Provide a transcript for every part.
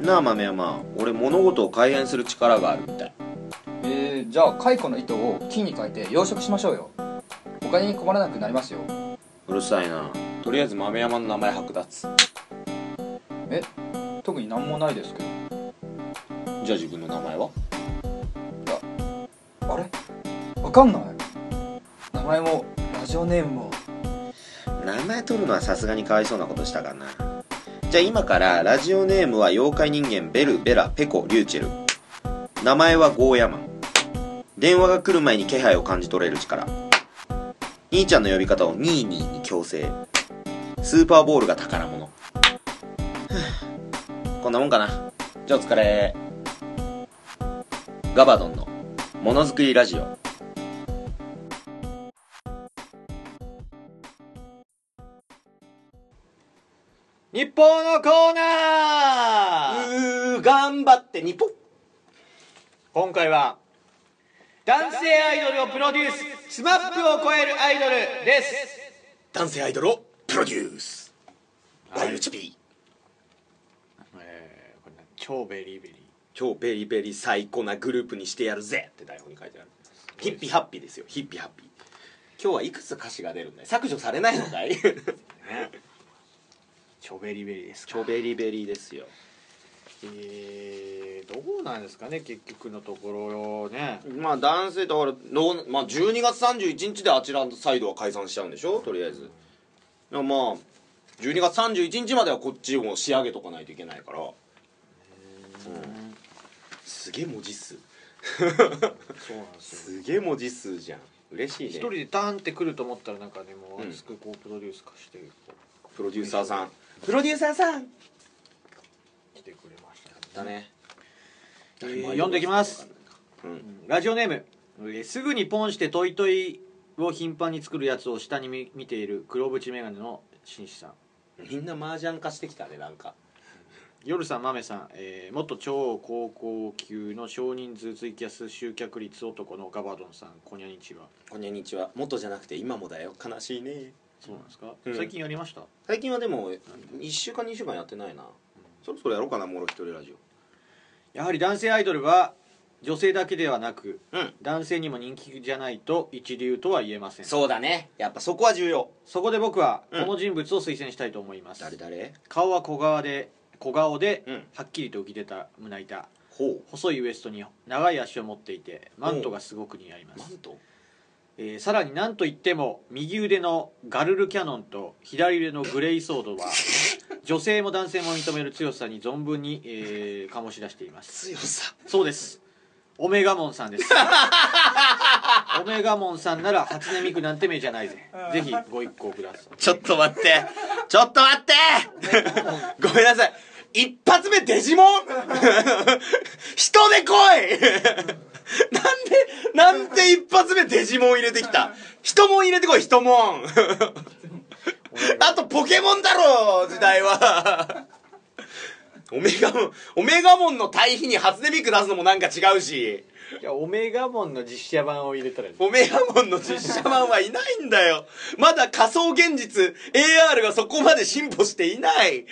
なあ豆山俺物事を改変する力があるみたいえー、じゃあ蚕の糸を金に変えて養殖しましょうよお金に困らなくなりますようるさいなとりあえず豆山の名前剥奪え特に何もないですけどじゃあ自分の名前はあれわかんない名前もラジオネームも名前取るのはさすがにかわいそうなことしたかなじゃあ今からラジオネームは妖怪人間ベルベラペコリューチェル名前はゴーヤマン電話が来る前に気配を感じ取れる力兄ちゃんの呼び方をニーニーに強制スーパーボールが宝物 ふぅこんなもんかなじゃあお疲れガバドンのものづくりラジオ日報のコーナーうー頑張って日本今回は男性アイドルをプロデューススマップを超えるアイドルです男性アイドルをプロデュース YHB えーこれな超ベリーベリー超ベリベリ最高なグループにしてやるぜって台本に書いてあるヒッピーハッピーですよヒッピーハッピー今日はいくつ歌詞が出るんだい削除されないのかい 超ベリーベリーですか超ベリベリですよえーどうなんですかね結局のところねまあ男性だからどう、まあ、12月31日であちらサイドは解散しちゃうんでしょとりあえずでもまあ12月31日まではこっちも仕上げとかないといけないからうんすげえ文字数そうなんですよすげえ文字数じゃん嬉しいね一人でダーンってくると思ったらなんかねもうんう熱くこうプロデュース化してこプロデューサーさんプロデューサーさんう来てくれましたねだね、えー読んできますうんラジオネーム、えーすぐにポンしてトイトイを頻繁に作るやつを下に見見ている黒縁眼鏡の紳士さんみんな麻雀化してきたねなんか夜さん豆さん、えー元超高校級の少人数ツイキャス集客率男のガバドンさんこんにゃにちはこんにちは元じゃなくて今もだよ悲しいねそうなんですか、うん最近やりました最近はでも1週間2週間やってないなそろそろやろうかなもろ一人ラジやはり男性アイドルは女性だけではなくオうん男性にも人気じゃないと一流とは言えませんそそうだねやっぱそこは重要こで僕はうんこの人物を推薦したいと思います、誰誰顔は小顔で小顔で、うんはっきりと浮き出た胸板ほ細いウエストに長い足を持っていてマントがすごく似合いまうマすン、トえーさらになんといっても右腕のガルルキャノンと左腕のグレイソ ードは女性も男性も認める強さに存分に、えー醸し出しています強さそうですオメガモンさんですオメガモンさんなら初音ミクなんて目じゃないぜぜひご一行くださいちょっと待ってちょっと待って ごめんなさい一発目デジモン 人で来い なんで、なんで一発目デジモン入れてきた人も入れてこい、人もん あとポケモンだろう、時代は。 オメガモン、オメガモンの対比に初音ミク出すのもなんか違うし、じゃあオメガモンの実写版を入れたらオメガモンの実写版はいないんだよ。まだ仮想現実、AR がそこまで進歩していない。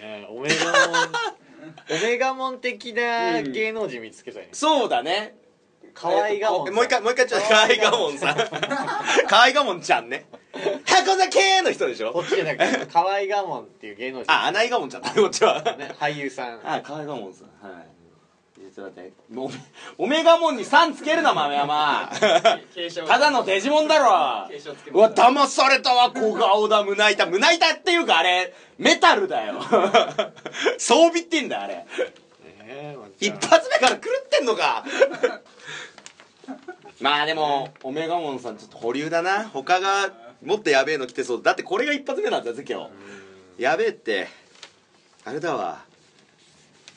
えーオメガモン オメガモン的な芸能人見つけたいねそうだね。河合ガモンさんもう一回、もう一回ちょっと、河合ガモン さん。河合ガモンちゃんね。箱酒の人でしこょっちじゃな くて河合ガモンっていう芸能人あ、穴井ガモンちゃんだね、こっちは。ね俳優さんあ、河合ガモンさん。はい。ちょっと待って。おめ、おめがもんに3つけるな、豆山。ただのデジモンだろ。うわ、騙されたわ、小顔だ、胸板。胸板っていうか、あれ、メタルだよ。装備って言うんだよ、あれ。ねまあじ一ゃあ発目から狂ってんのかまあでもオメガモンさんちょっと保留だな他がもっとやべえの来てそうだってこれが一発目なんだぜ今日やべえってあれだわ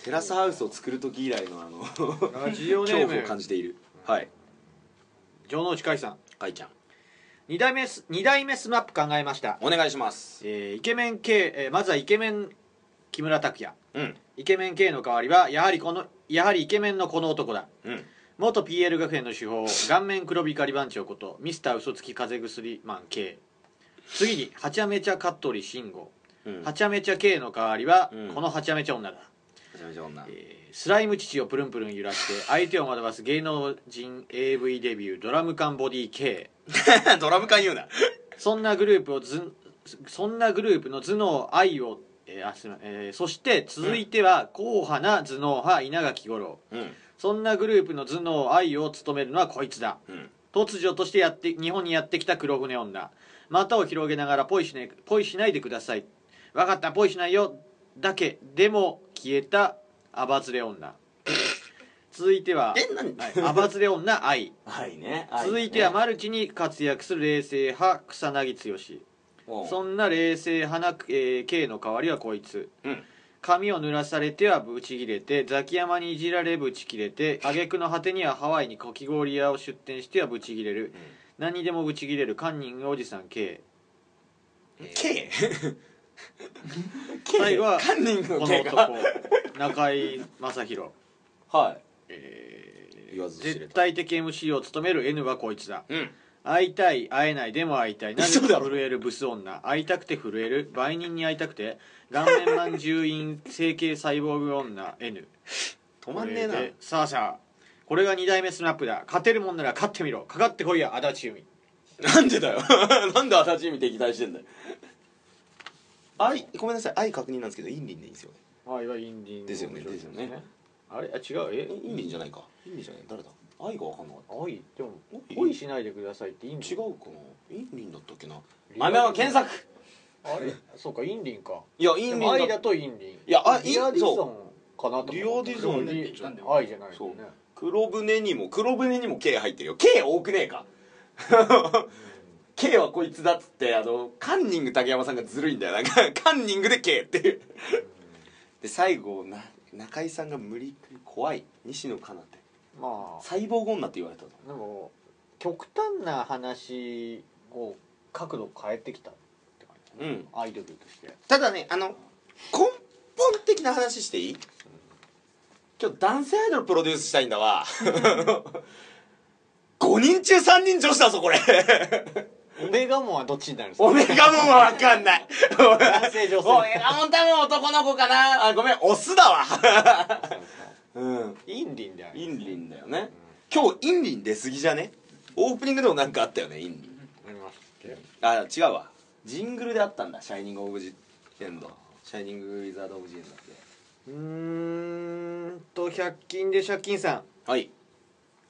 テラスハウスを作る時以来のあの恐ラジオネー怖を感ムじているはい城之内海さんかいちゃん二代目ス二代目スマップ考えました、お願いしますえーイケメン系、えーまずはイケメン木村拓哉うんイケメン系の代わりはやはりこのやはりイケメンのこの男だうん元 PL 学園の主砲顔面黒光り番長ことミスター嘘つき風邪薬マン K 次にはちゃめちゃカットリ慎吾うんはちゃめちゃ K の代わりは、うんこのはちゃめちゃ女だ、めちゃめちゃ女えースライム父をプルンプルン揺らして相手を惑わす芸能人 AV デビュードラム缶ボディ K ドラム缶言うなそんなグループをずそんなグループの頭脳愛を、えーあすいませんえーそして続いては硬派な頭脳派稲垣吾郎うんそんなグループの頭脳愛を務めるのはこいつだうん突如としてやって日本にやってきた黒船女股を広げながらポイし,、ね、ポイしないでください分かったポイしないよだけでも消えたアバズレ女続いてはえ何はいアバズレ女愛はいね続いてはマルチに活躍する冷静派草薙剛おうそんな冷静派な、えー K の代わりはこいつ、うん髪を濡らされてはブチ切れてザキヤマにいじられブチ切れて挙句の果てにはハワイにかき氷屋を出店してはブチ切れる、何にでもブチ切れるカンニングおじさん K K 最後はカンニングこのの K 男が中井正広はえー言わず知れた絶対的 MC を務める N はこいつだいうん会いたい会えないでも会いたいなぜ嘘だかろ震えるブス女会いたくて震える売人に会いたくて顔面マン獣院整形細胞グ女 N 止まんねえなこれでさあさあこれが2代目スナップだ勝てるもんなら勝ってみろかかってこいや足立由美なんでだよなんで足立み敵対してんだよ愛ごめんなさい愛確認なんですけどインリンでいいんですよねあいわインディンですよねですよねあれあ違うえインリンじゃないかインリンじゃない誰だ愛が分かんなかっおいでもおい恋しないでくださいってインた違リンうかなインリンだったっけな豆は検索あれそうかインリンかいやインでリンもだ愛だとインリンいやあリアディそゾンかなと思ったリアディゾンでもリなんで愛じゃないよそうね黒船にも黒船にも K 入ってるよ K 多くねえか K はこいつだっつってあのカンニング竹山さんがずるいんだよなんかカンニングで K っていうで最後な中居さんが無理くり怖い西野カナってまあサイボーグ女って言われたとでも極端な話を角度変えてきたって感じ、うんアイドルとしてただねあの根本的な話していい今日男性アイドルプロデュースしたいんだわ 5人中3人女子だぞこれ オメガモンはどっちになるんですかオメガモンは分かんない男性女性オメガモン多分男の子かなあごめんオスだわ うんインリンだよねインリンだよね今日インリン出過ぎじゃねオープニングでもなんかあったよねインリンありますあ違うわジングルであったんだ「シャイニング・オブ・ジ・エンド」「シャイニング・ウィザード・オブ・ジ・エンド」だってうーんと100均で借金さん、はい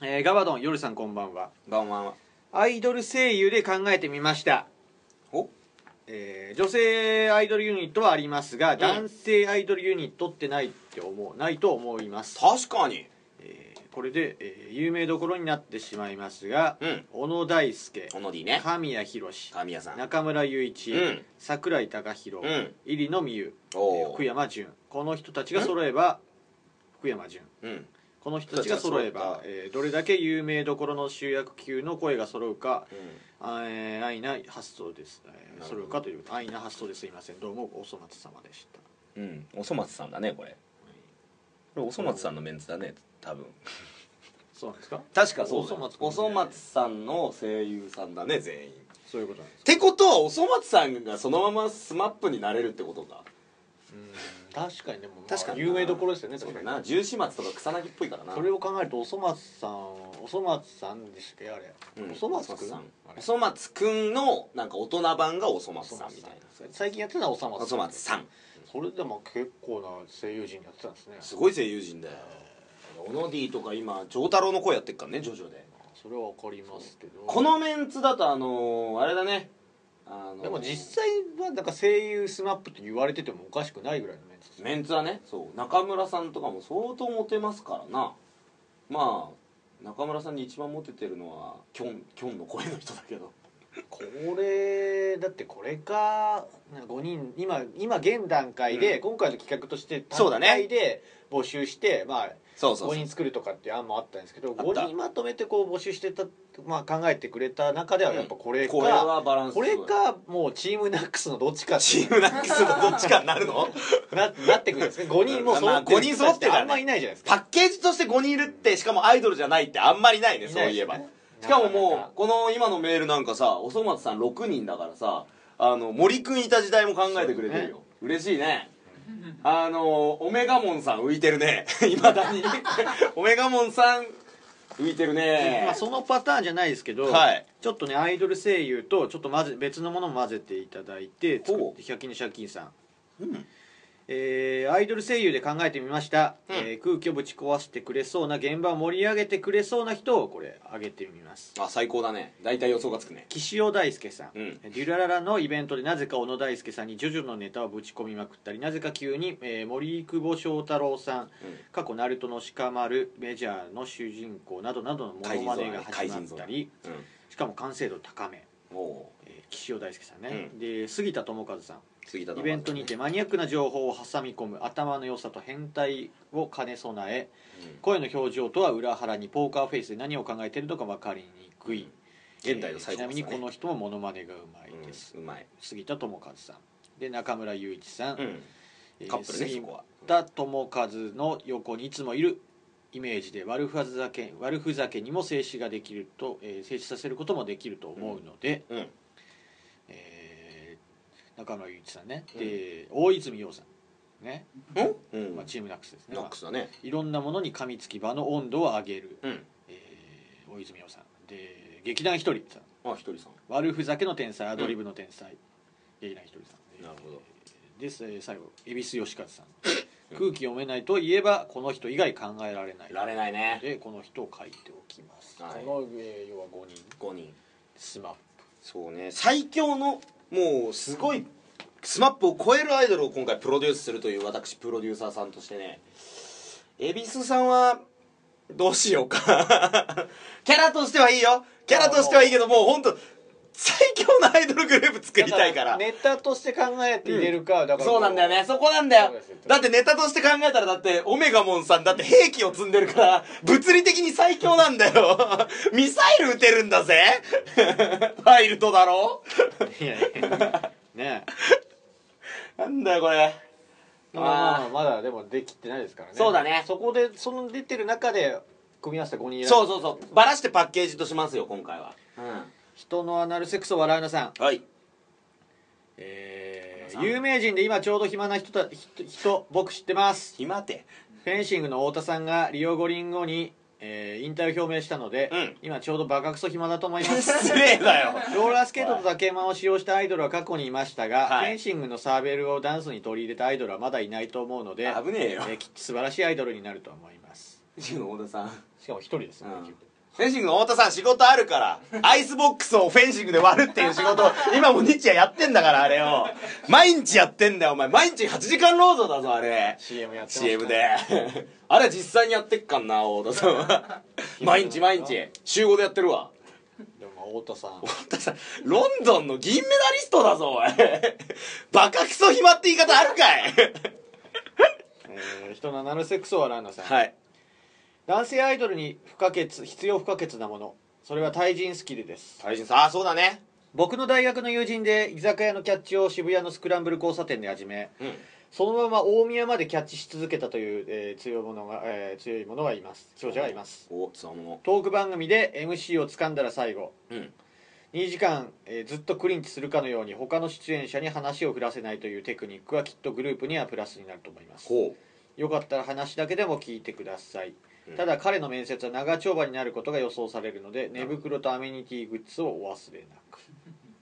えーガバドン夜さんこんばんはバンバンはアイドル声優で考えてみましたおえー女性アイドルユニットはありますが、男性アイドルユニットってないって思うないと思います確かにえーこれで、えー有名どころになってしまいますが、うん小野大輔小野 D ね神谷博史神谷さん中村雄一、うん桜井貴弘、うん入野美優えーお福お山潤この人たちが揃えば福山潤うんこの人たちが揃え人たちが揃ばっ、たえーどれだけ有名どころの集約級の声が揃うか、あえー安易な発想です、えーなるほど揃うかという安易な発想ですいませんどうもお粗末様でしたうんおそ松さんだねこれこれおそ松さんのメンツだね多分そうなんですか確かそうだおそ松よ君おそ松さんの声優さんだね全員そういうことなんでってことはおそ松さんがそのままスマップになれるってことかす確かにでも、まあ確かにな有名どころですよねそう確かだなに重始末とか草薙っぽいからなそれを考えるとおそ松さんおそ松さんでしたっけあれ、うんおそ松くんさんあれおそ松くんのなんか大人版がおそ松さんみたい最近やってたのはおそな松おそ松さんそれでも結構な声優陣やってたんですねすごい声優陣だよオノディとか今丈太郎の声やってっからねジョジョでそれは分かりますけどこのメンツだとあのーあれだねあのーでも実際はなんか声優スマップと言われててもおかしくないぐらいのメンツですねメンツはねそう中村さんとかも相当モテますからなまあ中村さんに一番モテてるのはキョンキョンの声の人だけどこれだってこれか5人今今現段階で、今回の企画としてそうだね単体で募集して、まあそう5人作るとかっていう案もあったんですけどあった5人まとめてこう募集してた、まあ、考えてくれた中ではうんやっぱこれか、これはバランスこれかもうチームナックスのどっちかチームナックスのどっちかになるのななってくるんですね5人もう揃まあってる五人揃ってたらねあんまいないじゃないです パかッケージとして5人いるってしかもアイドルじゃないってあんまりないねいそなういいでえすねばしかもなかなもかうこの今のメールなんかさおそ松さん6人だからさあの森くんいた時代も考えてくれてるよ嬉しいねあのオメガモンさん浮いてるね いまだに オメガモンさん浮いてるまねあ、そのパターンじゃないですけど、はいちょっとねアイドル声優とちょっと混ぜ別のものも混ぜていただいて作ほっうて100均の借金さん、うんえーアイドル声優で考えてみました、えー空気をぶち壊してくれそうな現場を盛り上げてくれそうな人をこれ挙げてみますあ最高だね大体予想がつくね岸尾大輔さん、うんデュラララのイベントでなぜか小野大輔さんにジョジョのネタをぶち込みまくったりなぜか急に、えー森久保祥太郎さん、過去ナルトの鹿丸メジャーの主人公などなどのモノマネが始まったり、うしかも完成度高め、んおえー岸尾大輔さんね、うで杉田智和さん杉田イベントにてマニアックな情報を挟み込む頭の良さと変態を兼ね備え、うん声の表情とは裏腹にポーカーフェイスで何を考えているのか分かりにくい、現代のえー最ち高なみにこの人もモノマネがうまいです、うまい杉田智和さんで中村雄一さん、うんえーカップルねそ杉こは田智和の横にいつもいるイメージで悪ふざけ悪ふざけにも静止ができると、えー静止させることもできると思うので、うんえー中村雄一さんね、で大泉洋さんね、うんまあ、チームナックスですね、ノックスだねまあいろんなものに噛みつき場の温度を上げる、うんえー大泉洋さんで劇団ひとりさんあひとりさん悪ふざけの天才アドリブの天才、劇団ひとりさんなるほどでえー最後恵比寿義和さん空気読めないといえばこの人以外考えられないられないねでこの人を書いておきます、はいこの、えー要は5人5人スマッそうね最強のもうすごいスマップを超えるアイドルを今回プロデュースするという私プロデューサーさんとしてね恵比寿さんはどうしようか キャラとしてはいいよキャラとしてはいいけどもう本当最強のアイドルグループ作プりたいからネタとして考えて入れるか、だからそうなんだよねそこなんだよそうですよだってネタとして考えたらだってオメガモンさんだって兵器を積んでるから物理的に最強なんだよ ミサイル撃てるんだぜ ワイルドだろいやい やねなんだよこれまあまあまあまだでもできてないですからねそうだねそこでその出てる中で組み合わせた5人そううそうそうバラしてパッケージとしますよ今回は人のアナルセックスを笑うなさんはいえー有名人で今ちょうど暇な人た人人僕知ってます暇てフェンシングの太田さんがリオ五輪後に、えー引退を表明したので、うん今ちょうどバカクソ暇だと思います 失礼だよローラースケートと竹馬を使用したアイドルは過去にいましたが、はいフェンシングのサーベルをダンスに取り入れたアイドルはまだいないと思うので危ねえよーきっと素晴らしいアイドルになると思いますシングの太田さんしかも一人ですよね、うん結局フェンシングの太田さん仕事あるからアイスボックスをフェンシングで割るっていう仕事を今も日夜やってんだからあれを毎日やってんだよお前毎日8時間労働だぞあれ CM やってますから CM であれ実際にやってっかんな太田さんは毎日毎日週5でやってるわでもまあ太田さん太田さんロンドンの銀メダリストだぞおいバカクソ暇って言い方あるかいえー人のアナルセックスを笑うなさん、はい男性アイドルに不可欠必要不可欠なものそれは対人スキルです大臣さんああそうだね僕の大学の友人で居酒屋のキャッチを渋谷のスクランブル交差点で始め、うんそのまま大宮までキャッチし続けたという、えー強いものが、えー強いものがいます強者がいますおつわものトーク番組で MC を掴んだら最後うん2時間、えーずっとクリンチするかのように他の出演者に話を振らせないというテクニックはきっとグループにはプラスになると思いますほよかったら話だけでも聞いてください、うんただ彼の面接は長丁場になることが予想されるので寝袋とアメニティグッズをお忘れなく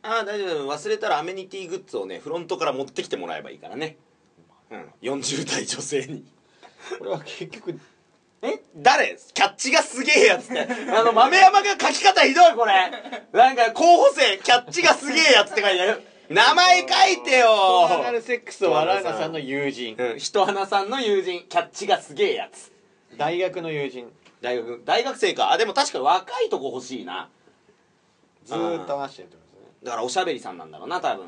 ああ大丈夫忘れたらアメニティグッズをねフロントから持ってきてもらえばいいからねうん40代女性にこれは結局え誰キャッチがすげえやつってあの豆山が書き方ひどいこれなんか候補生キャッチがすげえやつって書いてある名前書いてトーナルよセックスを笑うなさんの友人うん人花さんの友人キャッチがすげえやつ大学の友人大学大学生かあでも確かに若いとこ欲しいなずーっと話してるってことですねだからおしゃべりさんなんだろうな多分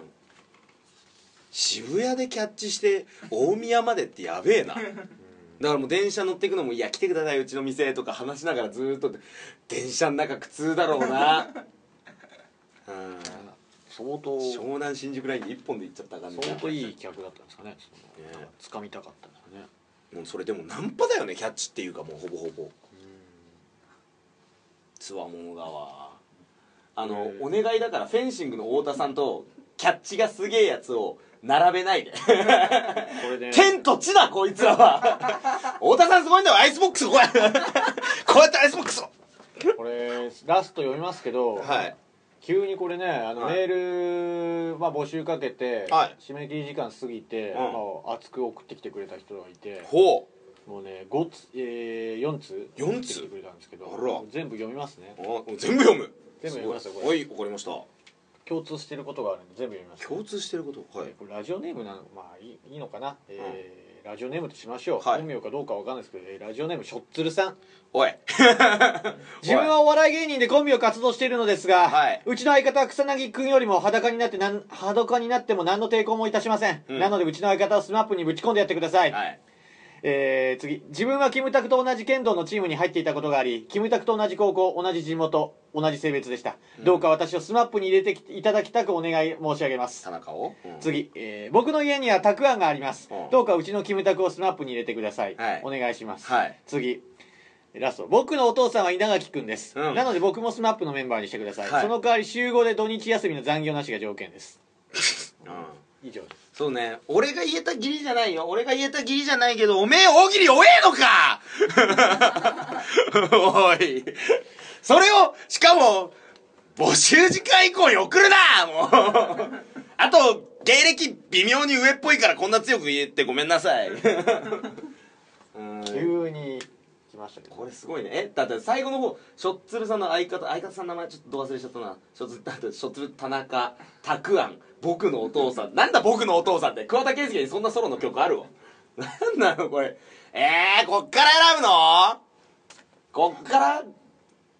渋谷でキャッチして大宮までってやべえなだからもう電車乗っていくのも「いや来てくださいうちの店」とか話しながらずーっと電車の中苦痛だろう なうん相当湘南新宿ラインで一本で行っちゃった感じ相当いい客だったんですかねそのねなんか掴みたかったんですかねもうそれでもナンパだよねキャッチっていうかもうほぼほぼつわものだわあの、お願いだからフェンシングの太田さんとキャッチがすげえやつを並べないでこれで天と地だこいつらは太田さんすごいんだよアイスボック スこうやってこうやってアイスボックスをこれラスト読みますけど、はい急にこれねあのはいメール、まあ、募集かけて、はい締め切り時間過ぎて、んまあ、熱く送ってきてくれた人がいてほもうね5つ、えー、4つ四通送ってきてくれたんですけどあら全部読みますねうお全部読む全部読みますよごこいれはいわかりました共通してることがあるんで全部読みます、共通してることはいこれラジオネームなのまあいいいいのかな、えーラジオネームとしましょう、はい本名かどうかわかんないですけど、えーラジオネームしょっつるさんおい自分はお笑い芸人でコンビを活動しているのですが、はいうちの相方草薙君よりも裸になってなん裸になっても何の抵抗もいたしません、うんなのでうちの相方をスマップにぶち込んでやってください、はいえー、次自分はキムタクと同じ剣道のチームに入っていたことがありキムタクと同じ高校同じ地元同じ性別でした、どうか私をスマップに入れてきいただきたくお願い申し上げます田中をうん次、えー僕の家にはたくあんがあります、うんどうかうちのキムタクをスマップに入れてください、はいお願いします、はい次ラスト僕のお父さんは稲垣君です、うんなので僕もスマップのメンバーにしてください、はいその代わり週5で土日休みの残業なしが条件ですうん以上ですそうね俺が言えた義理じゃないよ俺が言えた義理じゃないけどおめえ大喜利おええのか おいそれをしかも募集時間以降に送るなもうあと芸歴微妙に上っぽいからこんな強く言ってごめんなさいうん急に来ましたけどこれすごいねえだって最後の方しょっつるさんの相方相方さんの名前ちょっとど忘れしちゃったなしょっつる だってしょっつる田中たくあん僕のお父さんなんだ僕のお父さんって桑田佳祐にそんなソロの曲あるわ なんなのこれえー、こっから選ぶのこっから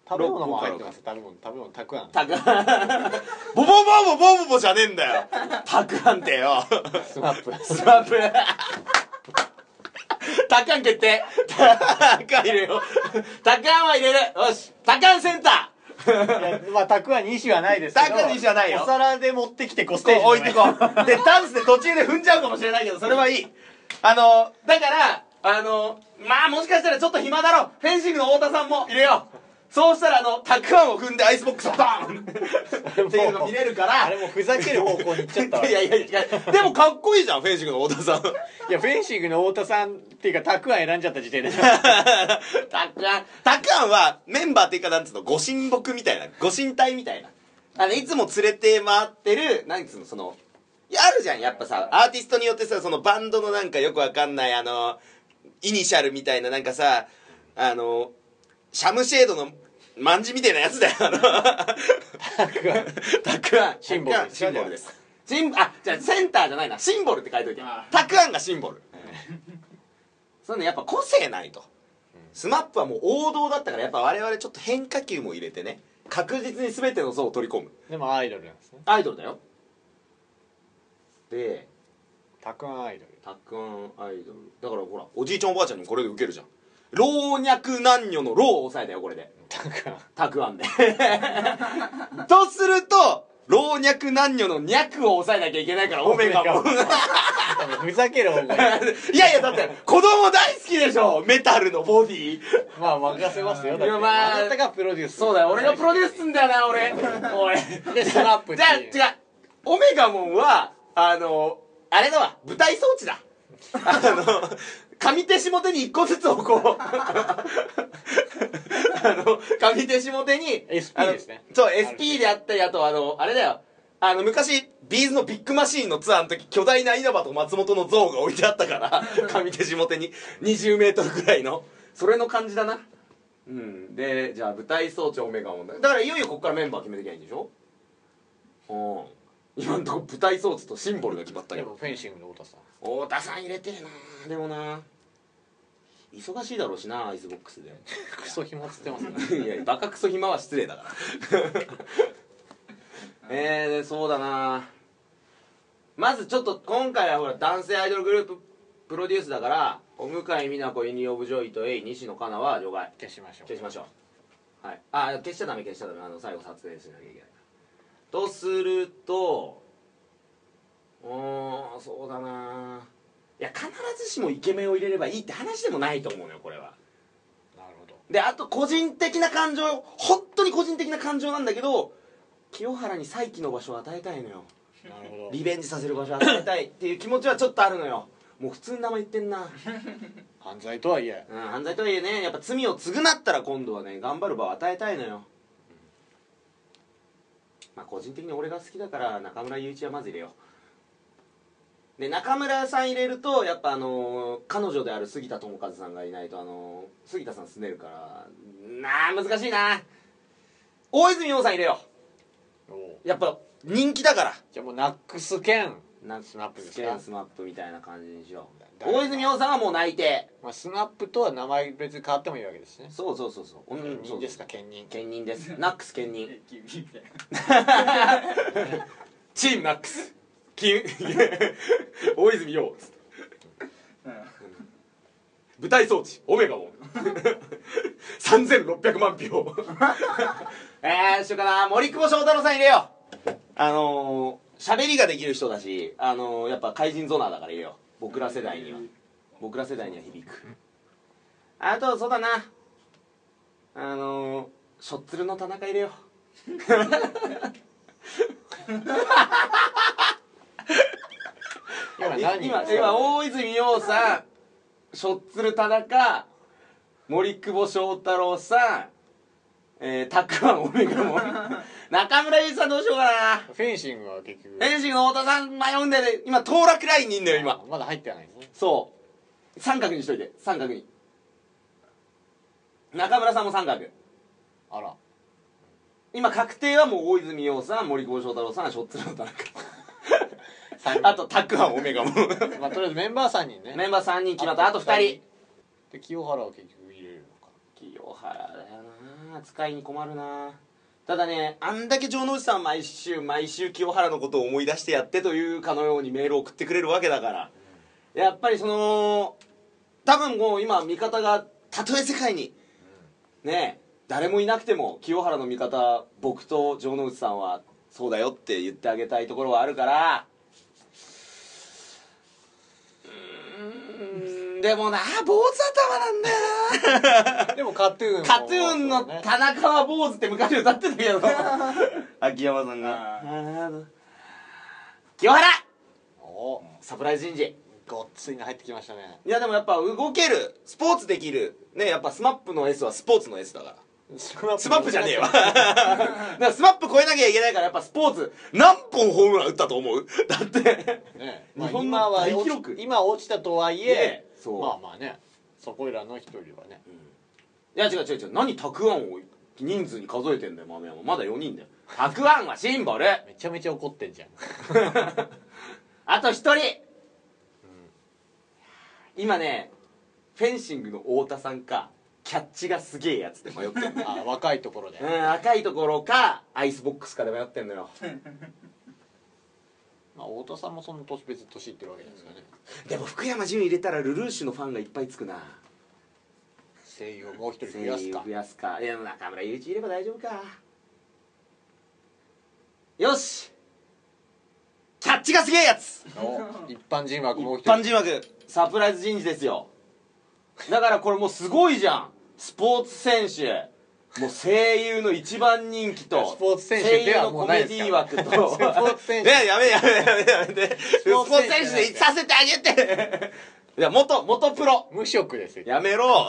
食べ物も入ってます食べ物食べ物たくあんたくあんボボボボボボボじゃねえんだよたくあんってよスマップ スマップ タカン決定 タカン入れようタカンは入れるよしタカンセンタいやまあたくあんに意思はないですけどたくあんに意思はないよお皿で持ってきてこうスーテージこう置いてこ うでダンスで途中で踏んじゃうかもしれないけどそれはいいあのだからあのまあもしかしたらちょっと暇だろうフェンシングの太田さんも入れようそうしたらあのタクアンを踏んでアイスボックスをバー ンっていうの見れるからあれもうふざける方向に行っちゃった わいやいやいやでもかっこいいじゃんフェンシングの太田さんいやフェンシングの太田さんっていうかたくあん選んじゃった時点 でたくあんたくあんはメンバーっていうかなんつうのご神木みたいなご神体みたいなあのいつも連れて回ってる何つうのそのいやあるじゃんやっぱさアーティストによってさそのバンドのなんかよくわかんないあのイニシャルみたいななんかさあのシャムシェードのまんじみたいなやつだよあのたくあん たくあんシンボルたくあんシンボルですシンあじゃあセンターじゃないなシンボルって書いといてあたくあんがシンボル そういうのやっぱ個性ないとスマップはもう王道だったからやっぱ我々ちょっと変化球も入れてね確実に全ての層を取り込むでもアイドルなんですねアイドルだよでたくあんアイドルたくあんアイドルだからほらおじいちゃんおばあちゃんにもこれでウケるじゃん老若男女の老を抑えたよこれでたくあんたくあんで とすると老若男女の脈を抑えなきゃいけないからオメガも多分ふざける方向にいやいやだって子供大好きでしょメタルのボディまあ任せますよだっいてやあまあなたがプロデュースそうだよ俺がプロデュースすんだよな俺 おいでスマップってじゃあ違いううオメガモンはあのあれだわ舞台装 置だあの上手下手に一個ずつをこう あの上手下手に SP あのですねそう SP であったりあとあのあれだよあの昔ビーズのビッグマシーンのツアーの時巨大な稲葉と松本の像が置いてあったから 上手下手に2 0ルくらいのそれの感じだなうんでじゃあ舞台装置オメガモンだだからいよいよここからメンバー決めていけばいいんでしょうん今んとこ舞台装置とシンボルが決まったけでどもフェンシングの太田さん太田さん入れてえなでもな忙しいだろうしなアイスボックスで クソ暇つってますねいやバカクソ暇は失礼だから えー、そうだなまずちょっと今回はほら男性アイドルグループプロデュースだからお向井美奈子イニオブジョイとエイ西野カナは除外消しましょう消しましょうはいあ消しちゃダメ消しちゃダメあの最後撮影しなきゃいけないとするとうーんそうだないや必ずしもイケメンを入れればいいって話でもないと思うのよこれはなるほどであと個人的な感情本当に個人的な感情なんだけど清原に再起の場所を与えたいのよリベンジさせる場所与えたいっていう気持ちはちょっとあるのよもう普通の名前言ってんな、犯罪とはいえうん、犯罪とはいえねやっぱ罪を償ったら今度はね頑張る場を与えたいのよまあ個人的に俺が好きだから中村雄一はまず入れようで中村さん入れるとやっぱあのー彼女である杉田智和さんがいないとあのー杉田さん住んでるからなあ難しいな大泉洋さん入れようやっぱ人気だからじゃあもうナックス兼、なんスナップですかスケールスマップみたいな感じにしよう誰が大泉洋さんはもう内定まあ、スナップとは名前別に変わってもいいわけですねそうそうそうそう兼そう任ですか兼任兼任ですナックス兼任キみ たいなチームナックス金大泉洋舞台装置オメガを3600万票えーしようかな森久保祥太郎さん入れようあのー、喋りができる人だしあのー、やっぱ怪人ゾナーだから入れよう僕ら世代には僕ら世代には響くあとそうだなあのー、ショッツルの田中入れよう今今何人今大泉洋さんショッツル田中森久保祥太郎さんえー、たくあんオメガも 中村ゆうじさんどうしようかなフェンシングは結局フェンシングの太田さん迷うんだよね今当落ラインにいんだよ今まだ入ってないですねそう三角にしといて三角に中村さんも三角あら今確定はもう大泉洋さん森久保祥太郎さんショッツルの田 三人中あとたくあんオメガもまあとりあえずメンバー3人ねメンバー3人決まったあと2人で清原は結局入れるのか清原だよな扱いに困るなただねあんだけ城之内さん毎週毎週清原のことを思い出してやってというかのようにメールを送ってくれるわけだからやっぱりその多分もう今味方がたとえ世界にねえ誰もいなくても清原の味方僕と城之内さんはそうだよって言ってあげたいところはあるからうーんでもな坊主頭なんだよな でもカトゥーンもカトゥーンのそうね田中は坊主って昔歌ってた けど秋山さんが清原おサプライズ人事ごっついの入ってきましたねいやでもやっぱ動けるスポーツできるねやっぱスマップの S はスポーツの S だからスマスマップじゃねえ わだからスマップ超えなきゃいけないからやっぱスポーツ何本ホームラン打ったと思うだってね日本の今は大記落録ち今落ちたとはいえねそうまあまあねそこいらの一人はねいや違う違う違う何たくあんを人数に数えてんだよ豆山まだ4人だよたくあんはシンボルめちゃめちゃ怒ってんじゃん あと一人、今ねフェンシングの太田さんかキャッチがすげえやつで迷ってんの あ若いところでうん赤いところかアイスボックスかで迷ってんのよまあ太田さんもその年別に年いってるわけですからねでも福山潤入れたらルルーシュのファンがいっぱいつくな声優をもう一人増やすか増やすかいや中村雄一いれば大丈夫かよしキャッチがすげえやつお一般人枠もう一一般人人枠サプライズ人事ですよだからこれもうすごいじゃんスポーツ選手もう声優の一番人気とスポーツ選手ではもうないです声優かのらコメディ枠とスポー ツ選手ねやめてやめてやめてやめてスポポーツ選ー手ツ選手でさせてあげていや元元プロ無職ですよやめ ろ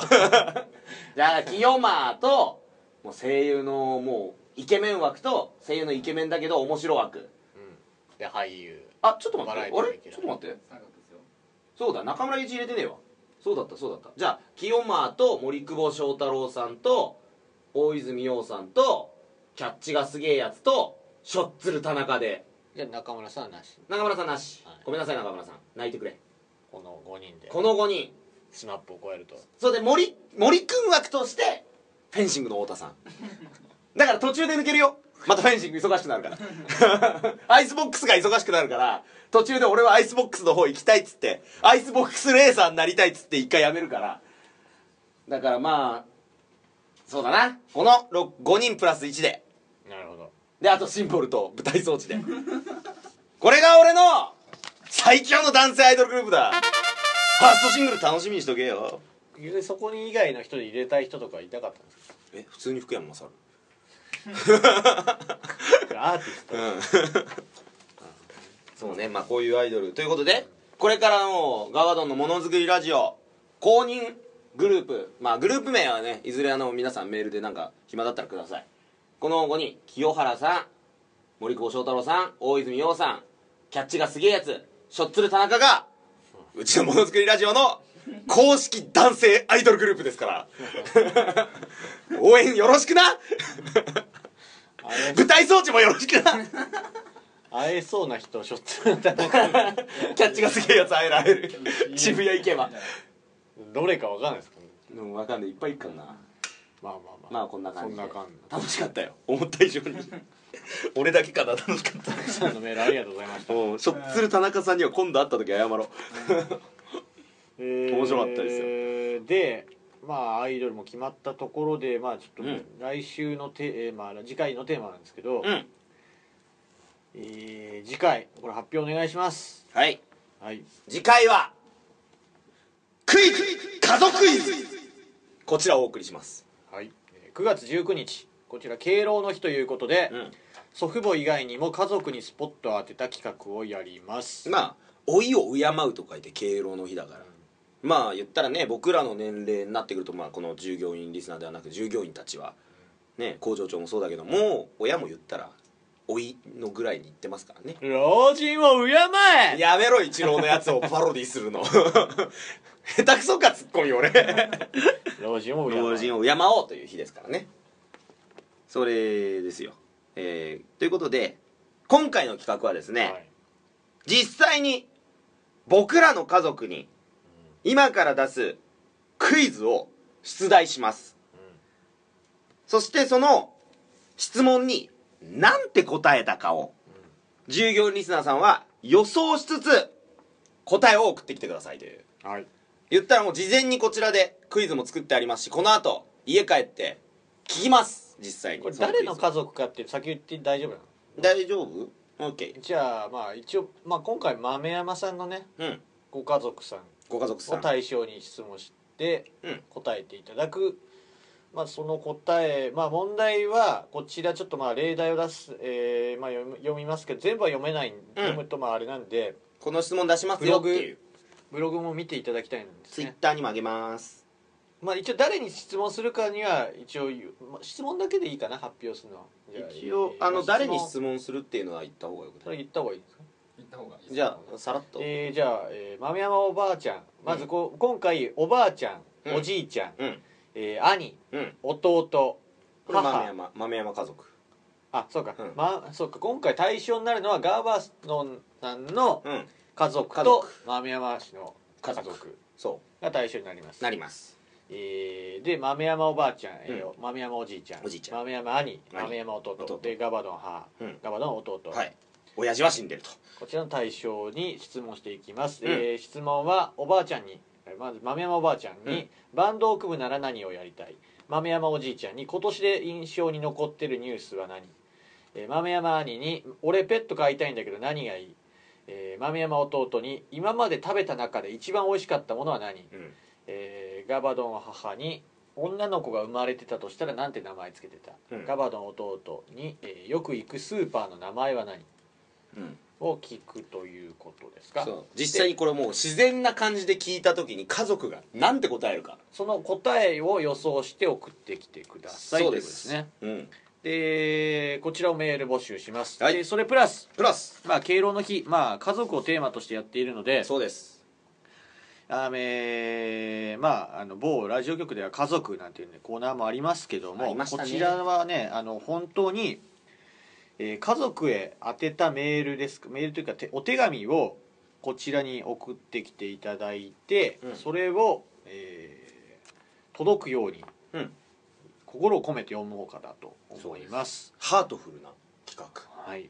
じゃあ清間ともう声優のもうイケメン枠と声優のイケメンだけど面白枠で俳優あちょっと待ってバあラエれティーできるちょっと待って三角ですよそうだ中村一入れてねえわそうだったそうだったじゃあ清間と森久保祥太郎さんと大泉洋さんとキャッチがすげえやつとショッツル田中でじゃあ中村さんはなし中村さんなし、はいごめんなさい中村さん泣いてくれこの5人でこの5人スナップを超えるとそれで森森くん枠としてフェンシングの太田さんだから途中で抜けるよまたフェンシング忙しくなるからアイスボックスが忙しくなるから途中で俺はアイスボックスの方行きたいっつってアイスボックスレーサーになりたいっつって一回やめるからだからまあそうだなこのろ5人プラス1でなるほどであとシンボルと舞台装置でこれが俺の最強の男性アイドルグループだファーストシングル楽しみにしとけよでそこに以外の人で入れたい人とかいたかったんですえ普通に福山雅治かアーティストうん そうねまあこういうアイドルということでこれからのガワドンのものづくりラジオ公認グループまあグループ名はねいずれあの皆さんメールでなんか暇だったらくださいこの5人清原さん森久保祥太郎さん大泉洋さんキャッチがすげえやつしょっつる田中がうちのものづくりラジオの公式男性アイドルグループですから 応援よろしくな舞台装置もよろしくな会えそうな人をしょっつ るキャッチがすげえやつ会えられる渋谷行けばどれかわかんないですかねうん分かんないいっぱい行くからなまあまあままああこんな感じでそんな感じ楽しかったよ思った以上に 俺だけかな楽しかったたくさんのメールありがとうございましたうんしょっつる田中さんには今度会った時謝ろう面白かったですよでまあアイドルも決まったところでまあちょっうんと来週のテーマ、次回のテーマなんですけど、うんえー次回これ発表お願いしますはいはい次回はクイズ家族クイズこちらをお送りしますはい、えー9月19日こちら敬老の日ということで、祖父母以外にも家族にスポットを当てた企画をやります、まあ老いを敬うと書いて敬老の日だからまあ言ったらね僕らの年齢になってくるとまあこの従業員リスナーではなく従業員たちはね工場長もそうだけども親も言ったら老いのぐらいに言ってますからね老人を敬えやめろ一郎のやつをパロディするの下手くそかツッコミ俺老人を敬え老人を敬おうという日ですからねそれですよ、えーということで今回の企画はですね、はい実際に僕らの家族に今から出すクイズを出題します、そしてその質問に何て答えたかを従業員リスナーさんは予想しつつ答えを送ってきてくださいというはい言ったらもう事前にこちらでクイズも作ってありますしこの後家帰って聞きます実際にこれ誰のそクイ家族かって先言って大丈夫なのズ大丈夫 ?OK じゃあまあ一応、まあ、今回豆山さんのねうんご家族さんご家族さをん対象に質問してうん答えていただく、まあ、その答え、まあ、問題はこちらちょっとまあ例題を出す、えーまあ、読み読みますけど全部は読めない、読むとまああれなんでこの質問出しますよっていうブログも見ていただきたいんですツイッね、ターにもあげますまあ、一応誰に質問するかには一応言う、まあ、質問だけでいいかな発表するのはじゃ一応えーあのま誰に質問問するっていうのは言った方がよくそなれい言った方がいいですか行った方がいいじゃあさらっとえーじゃあ、えー豆山おばあちゃんまずこ、う今回おばあちゃん、うんおじいちゃん、うんえー兄うん弟これ豆母山豆山家族あそうか、うんまあ、そうか今回対象になるのはガーバストンさんのうん家族家と族豆山氏の家族家族そが対象になりますうなりますえーで豆山おばあちゃん、えー豆山おじいちゃんおじいちゃん豆山兄兄豆山弟弟でガバドン母、うんガバドン弟、はい親父は死んでるとこちらの対象に質問していきます、うんえー質問はおばあちゃんにえーまず豆山おばあちゃんに、バンドを組むなら何をやりたい豆山おじいちゃんに今年で印象に残ってるニュースは何、えー豆山兄に俺ペット飼いたいんだけど何がいい、えー豆山弟に今まで食べた中で一番美味しかったものは何、うんえーガバドン母に女の子が生まれてたとしたら何て名前つけてた、うんガバドン弟に、えーよく行くスーパーの名前は何うんを聞くということですかそう実際にこれもう自然な感じで聞いた時に家族がなんて答えるかその答えを予想して送ってきてくださいそうとでいうことですすねうんでこちらをメール募集します、はいでそれプラスプラスまあ敬老の日まあ家族をテーマとしてやっているのでそうですあのえーまああの某ラジオ局では家族なんていうねコーナーもありますけどあも、りましたこねちらはねあの本当に、えー家族へ宛てたメールですメールというかてお手紙をこちらに送ってきていただいて、うんそれを、えー届くように、うん心を込めて読もうかなと思います。ハートフルな企画はい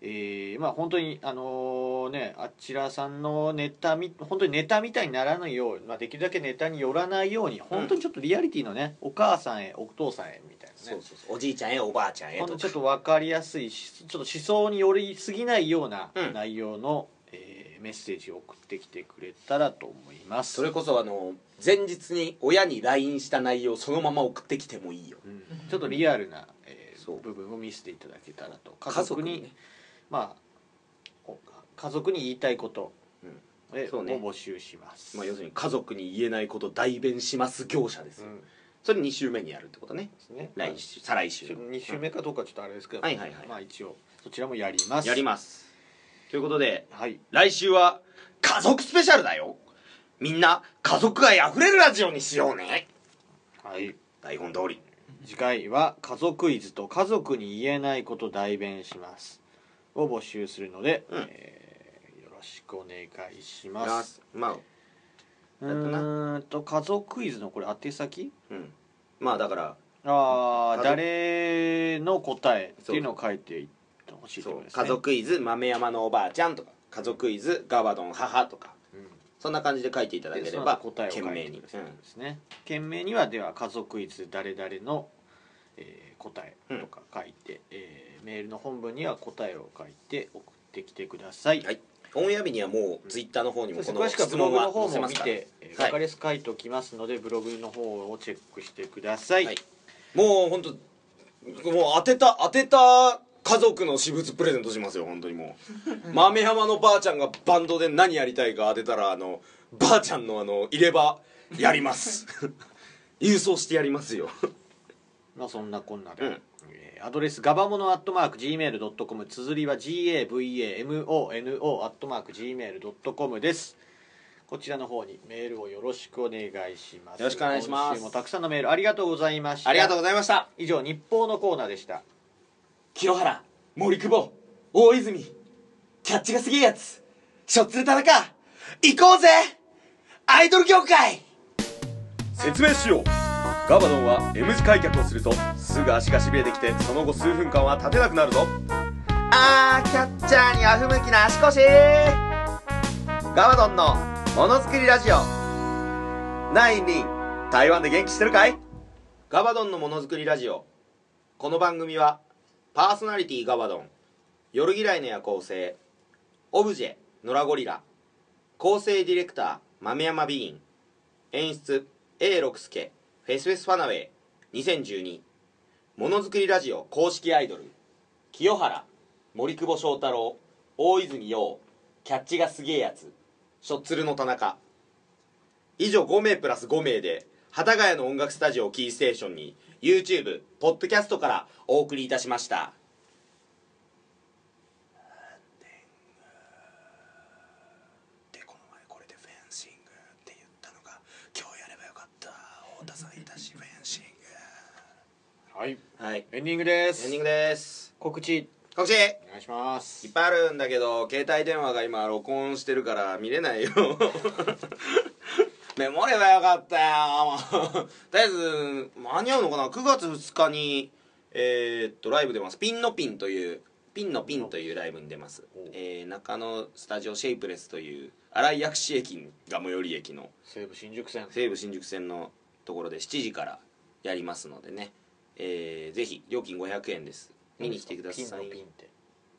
えーまあ本当にあのねあちらさんのネタみ本当にネタみたいにならないように、まあ、できるだけネタによらないように本当にちょっとリアリティのね、お母さんへお父さんへみたいなそねうそうそうおじいちゃんへおばあちゃんへ本当とにちょっと分かりやすいしちょっと思想に寄りすぎないようなうん内容の、えーメッセージを送ってきてくれたらと思いますそれこそあの前日に親に LINE した内容そのまま送ってきてもいいようんちょっとリアルな、えーそう部分を見せていただけたらと家家族族ににねまあお家族に言いたいことうんえそうねを募集します、まあ、要するに家族に言えないこと代弁します業者ですよ、うんそれ2週目にやるってことねですね来週再来週2週目かどうかちょっとあれですけど、はいはいはいまあ一応そちらもやりますやりますということではい来週は家族スペシャルだよみんな家族愛あふれるラジオにしようねはい台本通り次回は「家族イズと家族に言えないこと代弁します」を募集するので、うんえーよろしくお願いしますまあうやったなーんと家族イズのこれ宛先うんまあだからあ家あ族誰の答えっていうのを書いていってほしいとそ思いうます、ね、家族イズ豆山のおばあちゃんとか家族イズガバドン母とかそんな感じで書いていただけでれそのば答えを書懸い命てにくださいですね懸命にはでは家族イズ誰々の、えー答えとか書いて、えーメールの本文には答えを書いて送ってきてください、はいオンエア日にはもうツイッターの方にそもこのして詳しくは質ブ問ログのは方載せもま見すからて、えーはい分かりやすく書いておきますのでブログの方をチェックしてください、はいもう本当もう当てた当てた家族の私物プレゼントしますよ本当にも う豆浜のばあちゃんがバンドで何やりたいか当てたらあのばあちゃんのあの入れ歯やります 郵送してやりますよまあそんなこんなで、うんえーアドレスガバモノアットマーク Gmail.com 綴りは GAVAMONO アットマーク Gmail.com ですこちらの方にメールをよろしくお願いしますよろしくお願いします今週もたくさんのメールありがとうございましたありがとうございました以上日報のコーナーでした清原森久保大泉キャッチがすげえやつしょっつる田中行こうぜアイドル業界説明しようガバドンは M 字開脚をするとすぐ足がしびれてきてその後数分間は立てなくなるぞあーキャッチャーには不向きな足腰ガバドンのものづくりラジオナインリン台湾で元気してるかいガバドンのものづくりラジオこの番組はパーソナリティガバドン夜嫌いの夜行性オブジェノラゴリラ構成ディレクター豆山ビーン演出 A 六輔フェスフェスファナウェイ2012ものづくりラジオ公式アイドル清原森久保祥太郎大泉洋キャッチがすげえやつしょっつるの田中以上5名プラス5名で幡ヶ谷の音楽スタジオをキーステーションに YouTube ポッドキャストからお送りいたしましたでこの前これでフェンシングって言ったのが今日やればよかった太田さんいたしフェンシングはいはいエンディングでエンすディングです告知告知いお願いしますっぱいあるんだけど携帯電話が今録音してるから見れないよ メモればよかったよもうとりあえず間に合うのかな9月2日にえーっとライブ出ますピンのピンというピンのピンというライブに出ますお、えー中野スタジオシェイプレスという新井薬師駅が最寄り駅の西武新宿線西武新宿線のところで7時からやりますのでね、えーぜひ料金500円です見に来てくださいピンのピンって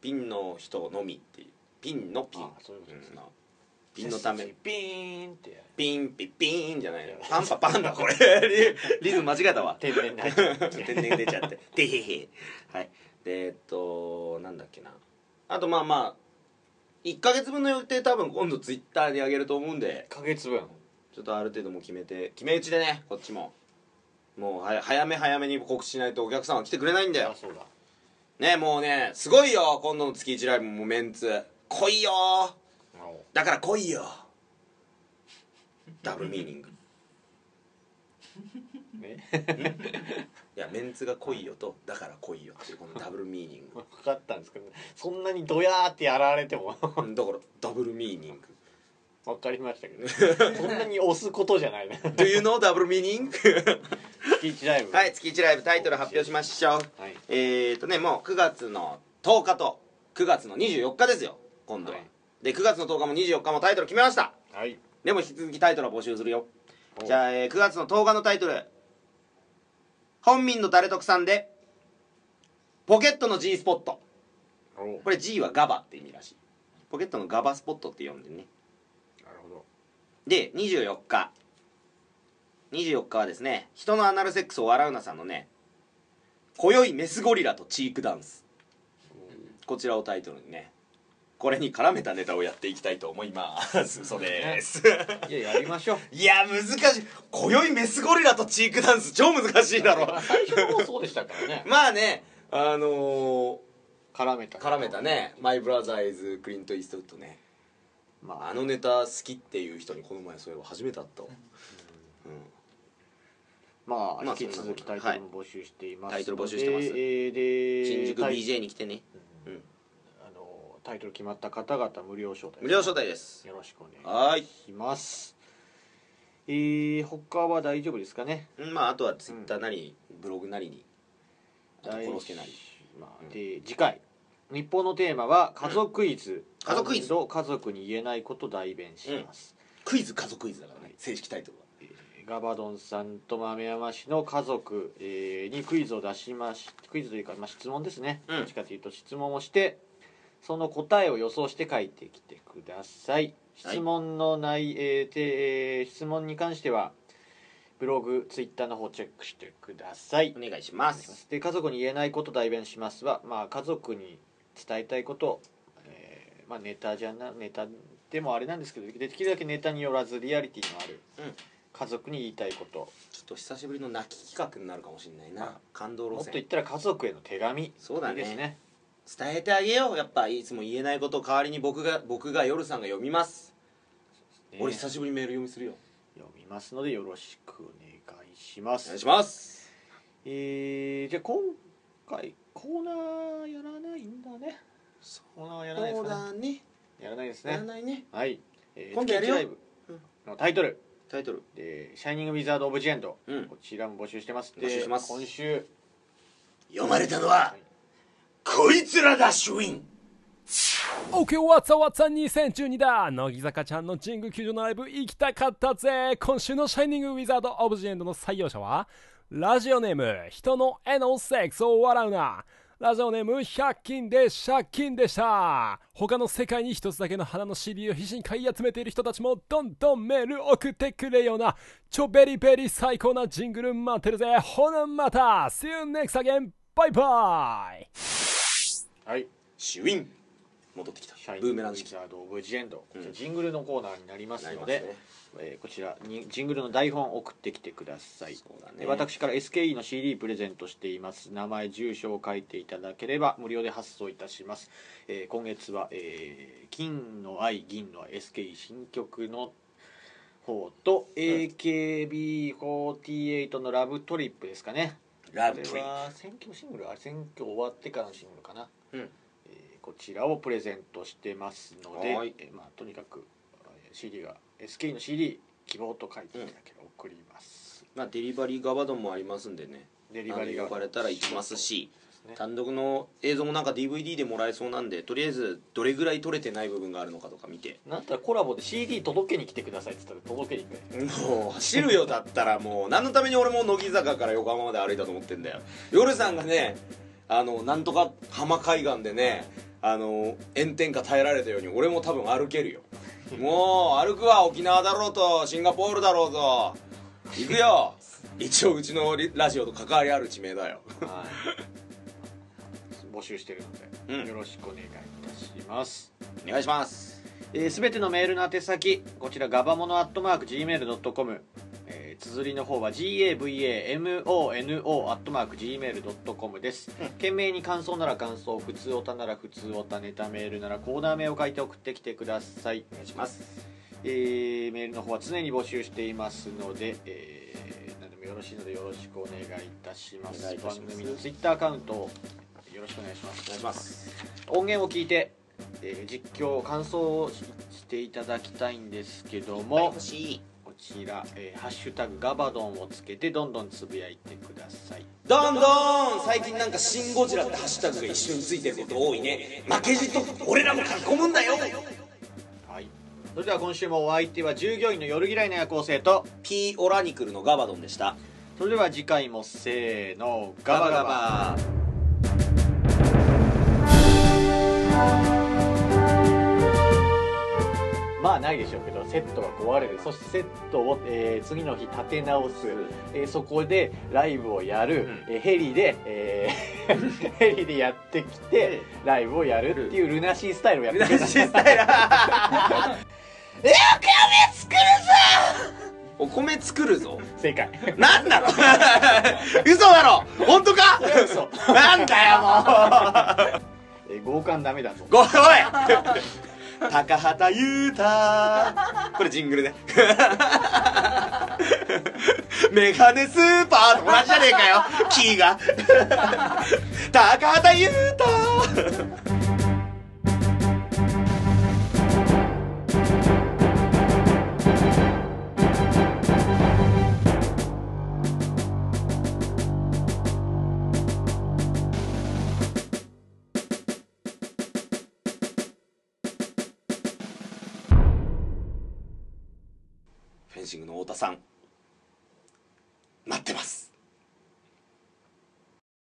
ピンの人のみっていうピンのピンあそういうことですねんピンのためピーンってやるピンピッピーンじゃないのパンパパンだこれリリズム間違えたわ天然 だ天然出ちゃって「てへへ」はいでえっとなんだっけなあとまあまあ1ヶ月分の予定多分今度ツイッターで上げると思うんで1ヶ月分ちょっとある程度もう決めて決め打ちでねこっちももうはや早め早めに告知しないとお客さんは来てくれないんだあよそうだねもうねすごいよ今度の月1ライブもメンツ来いよだから来いよダブルミーニングね いやメンツが来いよとだから来いよっていうこのダブルミーニング分かったんですけどそんなにドヤーってやられても うんだからダブルミーニング分かりましたけど そんなに押すことじゃないね Do you know ダブルミーニング月1ライブはい、月1ライブタイトル発表しましょう。はいえーとね、もう9月の10日と9月の24日ですよ、今度は。はいで、9月の10日も24日もタイトル決めました。はいでも引き続きタイトルは募集するよ。おじゃあ、えー9月の10日のタイトル。本民の誰得さんで、ポケットの G スポット。おなるこれ G はガバって意味らしい。ポケットのガバスポットって呼んでね。ほどで24日24日はですね人のアナルセックスを笑うなさんのね「今宵メスゴリラとチークダンス」こちらをタイトルにねこれに絡めたネタをやっていきたいと思いますそうですいややりましょう いや難しい今宵メスゴリラとチークダンス超難しいだろ最初の方そうでしたからねまあねあの絡めたー、 絡めたね「マイ・ブラザー・イズ・クリント・イーストウッドね」まああのネタ好きっていう人にこの前そういえば初めて会ったわまあ、まあ引き続きタイトルも募集していますので、はいタイトル募集してますえーで新宿タイ BJ に来てねあのタイトル決まった方々無料招待無料招待ですよろしくお願はーいいしますえー、他は大丈夫ですかねうんまああとはツイッターなり、ブログなりにあとコロスケなりまあ、で次回日本のテーマは「家族クイズ」家族クイズと家族に言えないこと代弁します、クイズ家族クイズだからね正式タイトルはガバドンさんと豆山氏の家族、えーにクイズを出しましクイズというか、まあ、質問ですね、うんどっちかというと質問をしてその答えを予想して書いてきてくださはいい質問の内、えーてえー質問に関してはブログツイッターの方チェックしてくださいお願いしまお願いしますすで家族に言えないこと代弁しますは、まあ、家族に伝えたいこと、えーまあ、ネタじゃなネタでもあれなんですけどできるだけネタによらずリアリティのある、うん家族に言いたいことちょっと久しぶりの泣き企画になるかもしれないな感動もっ路と言っ線たら家族への手紙そうだねですね伝えてあげようやっぱいつも言えないこと代わりに僕が僕が夜さんが読みます、俺久ねしぶりにメール読みするよ読みますのでよろしくお願いしまおす願いしますえーじゃあ今回コーナーやらないんだねコーナーはやらないでそすうかだねねやらないですやらねないねはい、えー、今度やるよ月一ライブのタイトル、タイトルで「シャイニング・ウィザード・オブ・ジ・エンド」うんこちらも募集してます募集してます今週読まれたのはこいつらだシュイン OK わざわざ2012だ乃木坂ちゃんの神宮球場のライブ行きたかったぜ今週の「シャイニング・ウィザード・オブ・ジ・エンド」の採用者はラジオネーム人の絵のセックスを笑うなラジオネーム100均で借金でした他の世界に一つだけの花の CD を必死に買い集めている人たちもどんどんメール送ってくれよなちょベリベリ最高なジングル待ってるぜほなまた See you next again! バイバイはいシュイン戻ってきた「シャイニブーンメグ・ラウン式ィザード・オブ・ジ・エンド」こちうらんジングルのコーナーになりますのでなりますねえーこちらにジングルの台本送ってきてくださいそうだねで私から SKE の CD プレゼントしています名前住所を書いていただければ無料で発送いたします、えー今月は、えー金の愛銀の愛 SKE 新曲の方と AKB48 の「ラブトリップ」ですかねラこブれトリは選挙シングルあれ選挙終わってからのシングルかな、うんえーこちらをプレゼントしてますのではい、えーまあ、とにかくえー CD が SK の CD 希望と書いていただければ送ります、まあデリバリーガバドンもありますんでねデリバリーがあの呼ばれたら行きますしそうですね単独の映像もなんか DVD でもらえそうなんでとりあえずどれぐらい撮れてない部分があるのかとか見てなんたらコラボで CD 届けに来てくださいって言ったら届けに行くもう走るよだったらもう何のために俺も乃木坂から横浜まで歩いたと思ってんだよ夜さんがねあのなんとか浜海岸でねあの炎天下耐えられたように俺も多分歩けるよもう歩くわ沖縄だろうとシンガポールだろうと行くよ一応うちのリラジオと関わりある地名だよ募集してるので、うんよろしくお願いいたしますお願いしますえー、全てのメールの宛先こちらガバモノアットマーク Gmail.com えー綴りの方は GAVAMONO アットマーク Gmail.com です、件名に感想なら感想普通おたなら普通おたネタメールならコーナー名を書いて送ってきてくださいお願いします、えーメールの方は常に募集していますので、えー何でもよろしいのでよろしくお願いいたしますお願いいたします番組のツイッターアカウントをよろしくお願いしますお願いします音源を聞いて、えー実況感想をししていただきたいんですけども、しいこちら、えーハッシュタグガバドン」をつけてどんどんつぶやいてくださいどんどん最近なんか「シン・ゴジラ」ってハッシュタグが一緒についてること多いね負けじと俺らも囲むんだよはいそれでは今週もお相手は従業員の夜嫌いな夜行性と P ・オラニクルのガバドンでしたそれでは次回もせーのガガババガガババまあないでしょうけどセットが壊れるそしてセットを、えー次の日立て直す、えーそこでライブをやる、えーヘリで、え ーヘリでやってきてライブをやるっていうルナシースタイルをやってきましたお米作るぞ正解なんなの 嘘だろ本当か嘘なんだよもうえー強姦ダメだぞ ごおい高畑裕太これジングルね メガネスーパーと同じじゃねえかよキーが高畑裕太フェンシングの太田さん